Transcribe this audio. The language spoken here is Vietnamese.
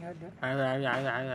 nhớ được dạ dạ dạ dạ